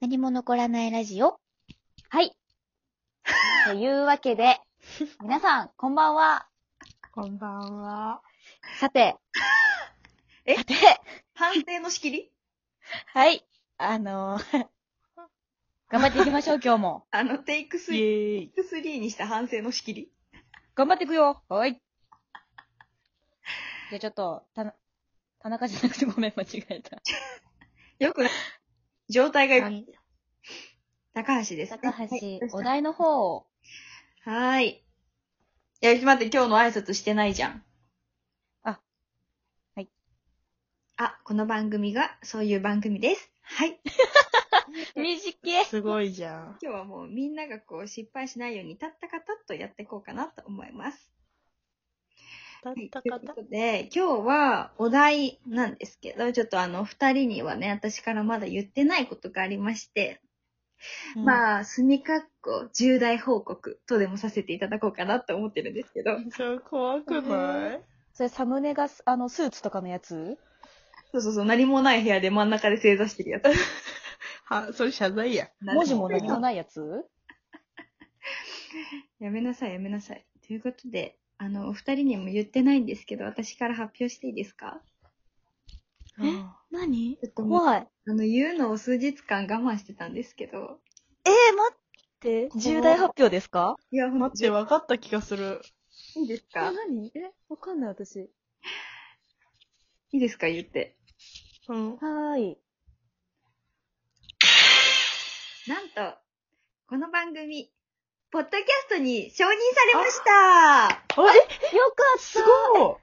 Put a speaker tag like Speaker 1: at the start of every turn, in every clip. Speaker 1: 何も残らないラジオ。
Speaker 2: はい。というわけで、皆さん、こんばんは。
Speaker 3: こんばんは。
Speaker 2: さて。
Speaker 1: え
Speaker 2: さて、
Speaker 3: 判定の仕切り
Speaker 1: はい。あのー頑張っていきましょう、今日 も。
Speaker 3: あの、テイクス
Speaker 1: イエ
Speaker 3: リ
Speaker 1: ーイ。
Speaker 3: ー3にした反省の仕切り
Speaker 1: 頑張っていくよ。はい。じゃあちょっと、たな、田中じゃなくてごめん、間違えた。
Speaker 3: よくない。状態がよく
Speaker 1: はい
Speaker 3: 高橋ですね、
Speaker 1: 高橋
Speaker 3: はい、
Speaker 1: お題の方を。
Speaker 3: はーい。いや、ちょっと待って、今日の挨拶してないじゃん。
Speaker 1: あ。はい。
Speaker 3: あ、この番組が、そういう番組です。はい。
Speaker 1: 短
Speaker 4: すごいじゃん。
Speaker 3: 今日はもうみんながこう失敗しないように、たったかたっとやっていこうかなと思います。
Speaker 4: たっ
Speaker 3: はい
Speaker 4: た
Speaker 3: とい
Speaker 4: か
Speaker 3: う
Speaker 4: た
Speaker 3: こ。とで、今日はお題なんですけど、ちょっとあの、二人にはね、私からまだ言ってないことがありまして、
Speaker 1: あ、
Speaker 3: まあ、墨みかっこ重大報告とでもさせていただこうかなと思ってるんですけど、
Speaker 4: そう、怖くない
Speaker 1: それサムネがす、あの、スーツとかのやつ
Speaker 3: そうそうそう、何もない部屋で真ん中で正座してるやつ。
Speaker 4: は、それ謝罪や。
Speaker 1: 文字も何もないやつ
Speaker 3: やめなさい、やめなさい。ということで、あの、お二人にも言ってないんですけど、私から発表していいですか
Speaker 4: え何
Speaker 3: ちょっともう
Speaker 1: 怖い。
Speaker 3: あの、言うのを数日間我慢してたんですけど、
Speaker 1: えー、待って。重大発表ですか
Speaker 3: いや、
Speaker 4: 待って、分かった気がする。
Speaker 3: いいですか
Speaker 1: 何え、わかんない、私。
Speaker 3: いいですか言って。
Speaker 4: うん。
Speaker 1: はーい。
Speaker 3: なんと、この番組、ポッドキャストに承認されました
Speaker 1: よかった
Speaker 4: すごい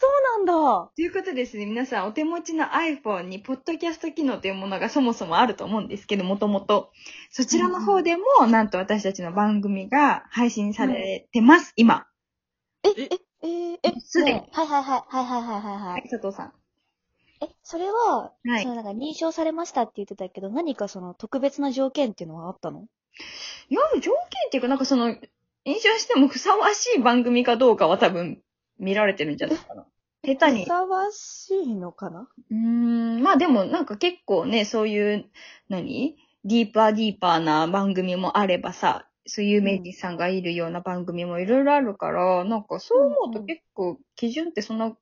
Speaker 1: そうなんだ
Speaker 3: ということですね、皆さんお手持ちの iPhone にポッドキャスト機能というものがそもそもあると思うんですけど、もともと。そちらの方でも、なんと私たちの番組が配信されてます、今。
Speaker 1: えー、え、
Speaker 3: すでに
Speaker 1: ねえはいはいはい、はいはいはいはいは。
Speaker 3: はいい、佐藤さん。
Speaker 1: え、それは、
Speaker 3: はい
Speaker 1: そのなんか認証されましたって言ってたけど、何かその特別な条件っていうのはあったの
Speaker 3: いや、条件っていうか、なんかその、印象してもふさわしい番組かどうかは多分、見られてるんじゃないかな。下手に
Speaker 1: ふ。さわしいのかな
Speaker 3: うーん、まあでもなんか結構ね、そういう、何ディーパーディーパーな番組もあればさ、そういう有名人さんがいるような番組もいろいろあるから、なんかそう思う
Speaker 1: うんう
Speaker 3: と
Speaker 1: ん
Speaker 3: 結構基準ってそんな、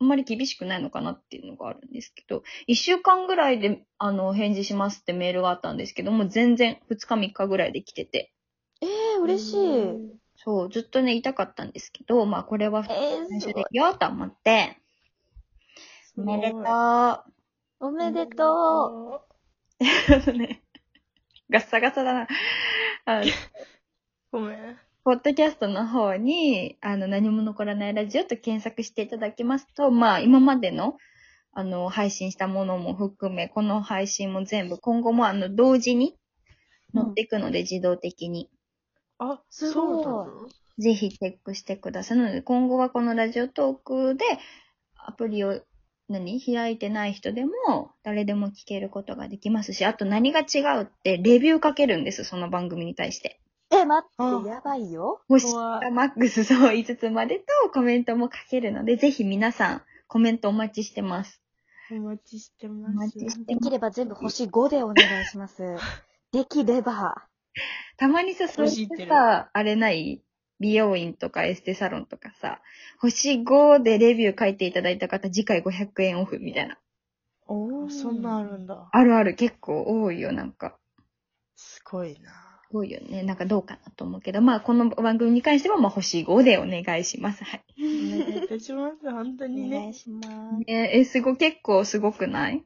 Speaker 3: あんまり厳しくないのかなっていうのがあるんですけど、一週間ぐらいで、あの、返事しますってメールがあったんですけども、全然二日三日ぐらいで来てて、
Speaker 1: えー、嬉しい。
Speaker 3: そう、ずっとね、痛かったんですけど、まあこれは
Speaker 1: えー、
Speaker 3: 最
Speaker 1: す
Speaker 3: 初
Speaker 1: ご
Speaker 3: で
Speaker 1: い。
Speaker 3: ようと思って、
Speaker 4: す
Speaker 3: お
Speaker 4: ごい
Speaker 3: めでとう。
Speaker 1: おめでとう。
Speaker 3: あのね、ガッサガサだな。あの、
Speaker 4: ごめん。
Speaker 3: ポッドキャストの方に、あの、何も残らないラジオと検索していただきますと、まあ、今までの、あの、配信したものも含め、この配信も全部、今後も、あの、同時に載っていくので、自動的に。
Speaker 4: あ、
Speaker 1: す
Speaker 4: そ
Speaker 1: ごいう
Speaker 4: なの
Speaker 3: ぜひチェックしてください。なので、今後はこのラジオトークで、アプリを、何開いてない人でも、誰でも聞けることができますし、あと何が違うって、レビューかけるんです、その番組に対して。
Speaker 1: え、待っ
Speaker 4: あ
Speaker 1: て、やばいよ。
Speaker 3: 星
Speaker 4: 怖
Speaker 3: が
Speaker 4: い
Speaker 3: マックスそう5つまでとコメントも書けるので、ぜひ皆さんコメントお待ちしてます。
Speaker 4: お待ちして
Speaker 3: お
Speaker 4: ま
Speaker 3: 待
Speaker 4: す。
Speaker 3: ちして
Speaker 1: で
Speaker 3: ます
Speaker 1: き。れば全部星5でお願いし ます。できれば。
Speaker 3: たまにさ、そうい
Speaker 4: 星いっ
Speaker 3: う
Speaker 4: てる
Speaker 3: さ、あれない美容院とかエステサロンとかさ、星5でレビュー書いていただいた方、次回500円オフみたいな。
Speaker 1: お
Speaker 4: あそんなんあるんだ。
Speaker 3: あるある結構多いよ、なんか。
Speaker 4: すごいな。
Speaker 3: 多いよね。なんかどうかなと思うけど、まあこの番組に関しては、まあ星5でお願いします。はい。
Speaker 4: お願いいたします。本当に
Speaker 1: お願い
Speaker 4: ね。
Speaker 1: します。
Speaker 3: えー、S5 結構すごくない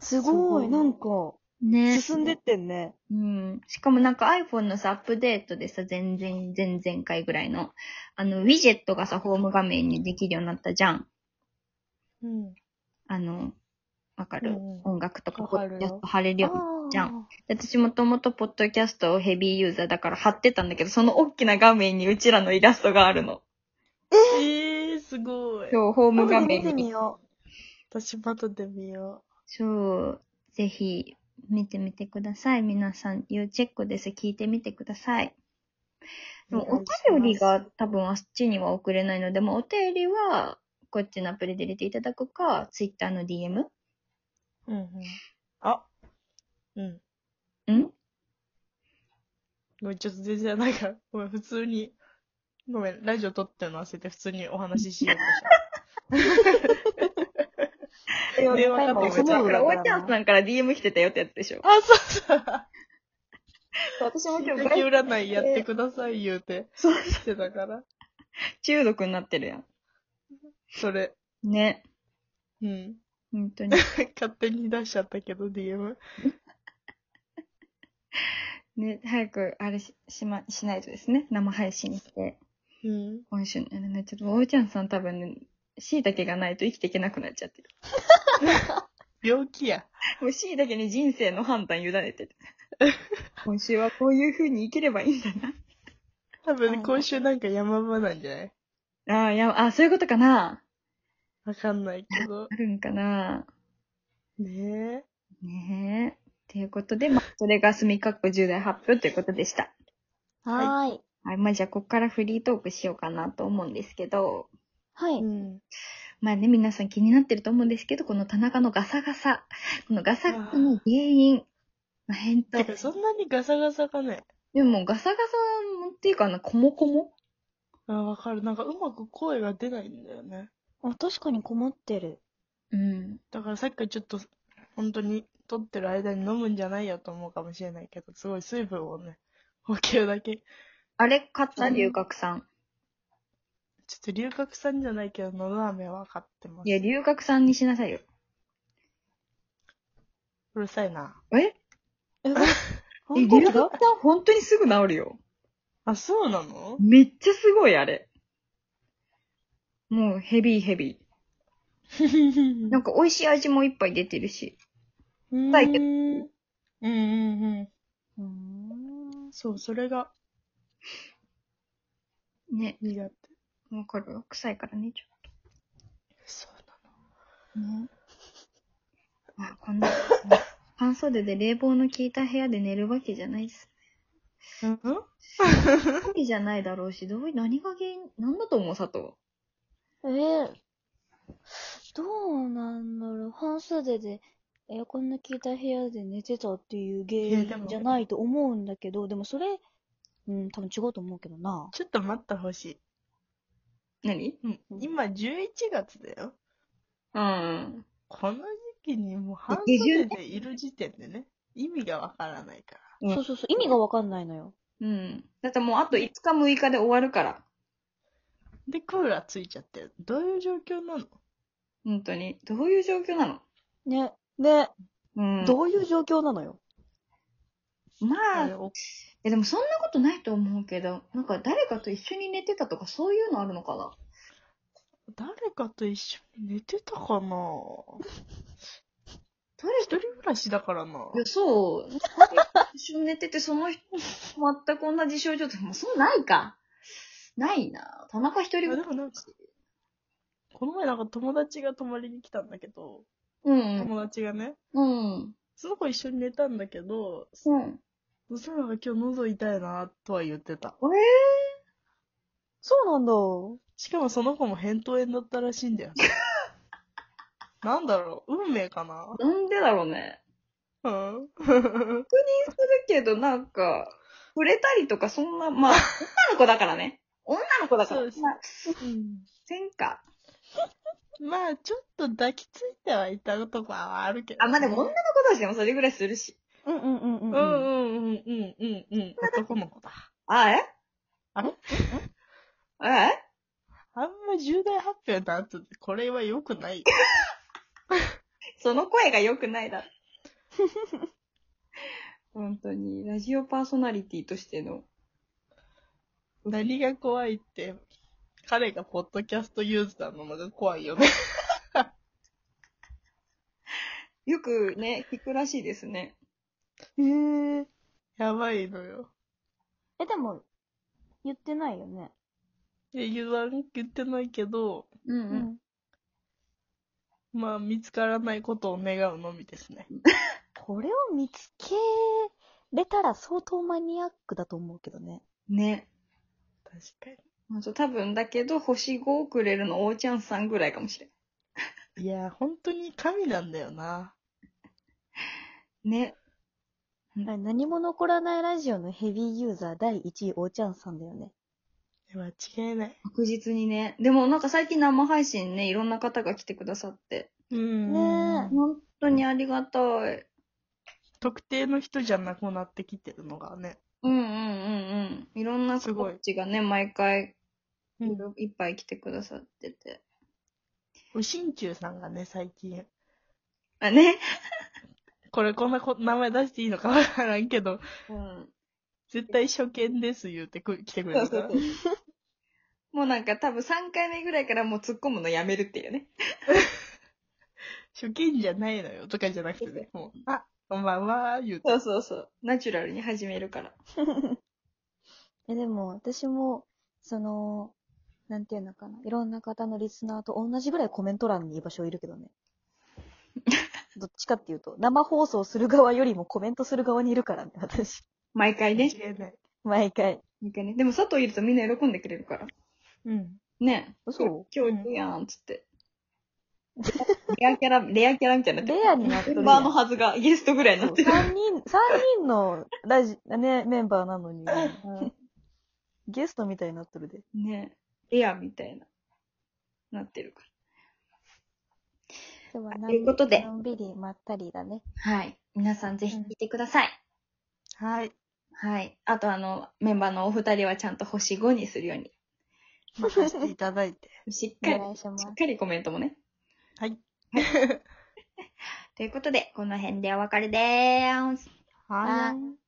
Speaker 1: す
Speaker 4: ご
Speaker 1: ごい、
Speaker 4: い
Speaker 1: なんか、
Speaker 3: ね
Speaker 1: 進んでってんね。
Speaker 3: うん。しかもなんか iPhone のさ、アップデートでさ、全然、前々回ぐらいの、あの、ウィジェットがさ、ホーム画面にできるようになったじゃん。
Speaker 4: うん。
Speaker 3: あの、わかる、
Speaker 4: うんうん
Speaker 3: 音楽とか、
Speaker 4: わかる
Speaker 3: ポッド
Speaker 4: よ
Speaker 3: キャスト貼れるようになったじゃん。
Speaker 1: ん。
Speaker 3: で私もともとポッドキャストをヘビーユーザーだから貼ってたんだけど、その大きな画面にうちらのイラストがあるの。
Speaker 4: えー、すごい。
Speaker 3: 今日、ホーム画
Speaker 1: 見
Speaker 3: 面
Speaker 1: てみ
Speaker 3: に。
Speaker 1: よ
Speaker 4: 私、まとで見よ
Speaker 3: そう。ぜひ、見てみてください。皆さん、要チェックです。聞いてみてください。で
Speaker 4: う。
Speaker 3: もお便りが多分あっちには送れないので、まあ、お便りはこっちのアプリで入れていただくか、ツイッターの DM
Speaker 4: うんうん。あ、うん。
Speaker 3: ん
Speaker 4: ごめん、ちょっと全然、なんか、ごめん、普通に。ごめん、ラジオ撮ってるの忘れて、普通にお話ししよ うとした。電話かかって
Speaker 3: そ
Speaker 4: き
Speaker 3: う
Speaker 4: ち
Speaker 3: だ
Speaker 4: ゃっ
Speaker 3: か
Speaker 4: た
Speaker 3: ら、おーちゃんさんから DM 来てたよってやつでしょ。
Speaker 4: あ、そうそう。
Speaker 3: 私も今日、
Speaker 4: 敵占いやってください言うて、
Speaker 3: そう
Speaker 4: してたから。
Speaker 3: 中毒になってるや
Speaker 4: それ。
Speaker 3: ん。ね。
Speaker 4: うん。
Speaker 3: 本当に。
Speaker 4: 勝手に出しちゃったけど、DM。
Speaker 3: ね、早く、あれし、しま、しないとですね。生配信して。
Speaker 4: うん。
Speaker 3: 今週のね、ちょっと、おーちゃんさん多分ね、椎茸がないと生きていけなくなっちゃってる。
Speaker 4: 病気や。
Speaker 3: もう椎茸に人生の判断委ね てる。今週はこういう風に生きればいいんだ
Speaker 4: 多分、今週なんか山場なんじゃない
Speaker 3: な。ああ、いや、あそういうことかな。
Speaker 4: わかんないけど
Speaker 3: あ。るんかな。
Speaker 4: ね
Speaker 3: ねえ。ということで、まあ、それが墨括弧重大発表ということでした。
Speaker 2: はーい。
Speaker 3: はい、まあじゃあ、ここからフリートークしようかなと思うんですけど、
Speaker 2: は
Speaker 4: え。
Speaker 2: い。
Speaker 4: うん。
Speaker 3: まあね、皆さん気になってると思うんですけど、この田中のガサガサ、このガサガサの原因、まあ、返答
Speaker 4: て。か、そんなにガサガサかね。
Speaker 3: でも、ガサガサもっていうかな、コモコモ
Speaker 4: あ、わかる。なんか、うまく声が出ないんだよね。
Speaker 1: あ、確かに困ってる。
Speaker 3: うん。
Speaker 4: だから、さっきからちょっと、本当に、撮ってる間に飲むんじゃないよと思うかもしれないけど、すごい水分をね、補給だけ。ちょ
Speaker 3: あれ、勝った龍角散。
Speaker 4: っと、龍角さんじゃないけど、のど飴は買ってます
Speaker 3: い。や、龍角散にしなさいよ。
Speaker 4: うるさいな。
Speaker 3: え え、
Speaker 1: 本当
Speaker 3: 龍
Speaker 1: だ
Speaker 3: 角散本当にすぐ治るよ。
Speaker 4: あ、そうな の
Speaker 3: めっちゃすごい、あれ。もう、ヘビーヘビー。なんか美味しい味もいっぱい出てるし。
Speaker 4: な
Speaker 3: たいけど
Speaker 4: うんうんうん。
Speaker 1: うーん
Speaker 4: そう、それが
Speaker 3: ね、
Speaker 4: 苦手。
Speaker 3: わかる臭いからね、ちょ
Speaker 4: そうな
Speaker 3: っとね。あ、こんな、 半袖で冷房の効いた部屋で寝るわけじゃないです。
Speaker 4: の。うん
Speaker 3: わけじゃないだろうし、どうい、何が原因、なんだと思う、佐藤。
Speaker 1: えー、どうなんだろう。半袖でエアコンの効いた部屋で寝てたっていう原
Speaker 4: いやで
Speaker 1: 因
Speaker 4: も
Speaker 1: じゃないと思うんだけど、でもそれ、うん、多分違うと思うけどな。
Speaker 4: ちょっと待ってほし
Speaker 3: 何
Speaker 4: い。うん、今、11月だよ。
Speaker 3: うん。
Speaker 4: この時期にもう半
Speaker 3: 下
Speaker 4: 袖
Speaker 3: 旬
Speaker 4: でいる時点でね、意味がわからないから。
Speaker 3: うん
Speaker 1: そうそうそう、意味がわかんないのよ。
Speaker 3: うん。だってもうあと5日6日で終わるから。
Speaker 4: で、クーラーついちゃってる。どういう状況なの
Speaker 3: 本当に。どういう状況なの
Speaker 1: ね、ね、
Speaker 3: うん
Speaker 1: どういう状況なのよ。
Speaker 3: ま
Speaker 4: あ
Speaker 3: あ
Speaker 4: れ、お
Speaker 3: え、でもそんなことないと思うけど、なんか誰かと一緒に寝てたとかそういうのあるのかな
Speaker 4: 誰かと一緒に寝てたかな
Speaker 3: 誰。
Speaker 4: 一人暮らしだからない
Speaker 3: や、そう。一緒に寝てて、その人、全く同じ症状とか、もうそうないか。ないな。田中一
Speaker 4: い
Speaker 3: 人
Speaker 4: や
Speaker 3: 暮
Speaker 4: で
Speaker 3: ら
Speaker 4: もなんか、この前なんか友達が泊まりに来たんだけど、
Speaker 3: うん。
Speaker 4: 友達がね、
Speaker 3: うん。
Speaker 4: その子一緒に寝たんだけど、
Speaker 3: うん。
Speaker 4: そしたらなんか今日喉痛いなとは言ってた。
Speaker 1: そうなんだ。
Speaker 4: しかもその子も扁桃炎だったらし いんだよ。なんだろう運命かな
Speaker 3: なんでだろうね。
Speaker 4: うん。
Speaker 3: するけど、なんか、触れたりとか、そんな、まあ、女の子だからね。女の子だから。
Speaker 4: そうです
Speaker 3: まあ
Speaker 4: うん
Speaker 3: せんか。
Speaker 4: まあ、ちょっと抱きついてはいたとかはあるけど。
Speaker 3: あ、まあでも女の子同士でもそれぐらいするし。
Speaker 1: うんうんうんう
Speaker 4: うん
Speaker 1: ん。
Speaker 4: うんうんうんうんうん。男の子だ。
Speaker 3: あ、え
Speaker 4: あれ
Speaker 3: え
Speaker 4: あんま重大発表の後でこれは良 くないよ。
Speaker 3: その声が良くないだろ。本当に、ラジオパーソナリティとしての。
Speaker 4: 何が怖いって、彼がポッドキャストユーザーなのが怖いよね。
Speaker 3: よくね、聞くらしいですね。
Speaker 4: へえ。やばいのよ。
Speaker 1: え、でも、言ってないよね。
Speaker 4: で言わん、言ってないけど、
Speaker 3: うん
Speaker 1: う
Speaker 3: うん。。
Speaker 4: まあ、見つからないことを願うのみですね。
Speaker 1: これを見つけれたら相当マニアックだと思うけどね。
Speaker 3: ね。
Speaker 4: 確か
Speaker 3: ほんと多分だけど、星5をくれるの、おーちゃんさんぐらいかもしれん。
Speaker 4: に。いや、本当に神なんだよな。
Speaker 3: ね。
Speaker 1: あれ何も残らないラジオのヘビーユーザー第1位、おーちゃんさんだよね。
Speaker 4: 間違いない。
Speaker 3: 確実にね。でもなんか最近生配信ね、いろんな方が来てくださって。
Speaker 4: うん
Speaker 1: ね
Speaker 3: 本当にありがたい。
Speaker 4: 特定の人じゃなくなってきてるのがね。
Speaker 3: うんうんうんうん。いろんな
Speaker 4: すご
Speaker 3: 方
Speaker 4: い
Speaker 3: たちがね、毎回
Speaker 4: う
Speaker 3: い
Speaker 4: ん
Speaker 3: ろいっぱい来てくださってて。
Speaker 4: おしんちゅうさんがね、最近。
Speaker 3: あ、ね。
Speaker 4: これこんなこ名前出していいのかわからんけど、
Speaker 3: うん。
Speaker 4: 絶対初見です言うてく来てくれるから。
Speaker 3: もうなんか多分3回目ぐらいからもう突っ込むのやめるっていうね。
Speaker 4: 初見じゃないのよとかじゃなくてね、もう、あ、こんばんは、言うて。
Speaker 3: そうそうそう。ナチュラルに始めるから。
Speaker 1: え、でも、私も、その、なんていうのかな。いろんな方のリスナーと同じぐらいコメント欄に居場所いるけどね。 どっちかっていうと、生放送する側よりもコメントする側にいるからね、私。
Speaker 3: 毎回ね。
Speaker 4: 間違いない。
Speaker 1: 毎回。
Speaker 3: 毎回ね。でも佐藤いるとみんな喜んでくれるから。
Speaker 4: うん。
Speaker 3: ね。
Speaker 1: そう
Speaker 3: 今日いるやん、つって。レアキャラ、 レアキャラみたいになってる
Speaker 1: レアになって
Speaker 3: メ
Speaker 1: る
Speaker 3: ン
Speaker 1: や
Speaker 3: バー
Speaker 1: ん。
Speaker 3: のはずがゲストぐらいにな
Speaker 1: そ
Speaker 3: っ
Speaker 1: う
Speaker 3: てる。
Speaker 1: 三人、三人のラジ、ね、メンバーなのに、ゲストみたいになってるで。
Speaker 3: ね。レアみたいな。なってるか
Speaker 1: 今日は
Speaker 3: ということで
Speaker 1: のんびりまったりだね。
Speaker 3: ら。はい。皆さんぜひ聞いてください。
Speaker 4: はい。
Speaker 3: はい。あとあの、メンバーのお二人はちゃんと星5にするように。
Speaker 4: 任せて いただいて。
Speaker 3: しっ
Speaker 1: お
Speaker 3: かり、
Speaker 1: 願いします
Speaker 3: しっ。かりコメントもね。
Speaker 4: はい。
Speaker 3: ということで、この辺でお別れでーす。
Speaker 4: はーい。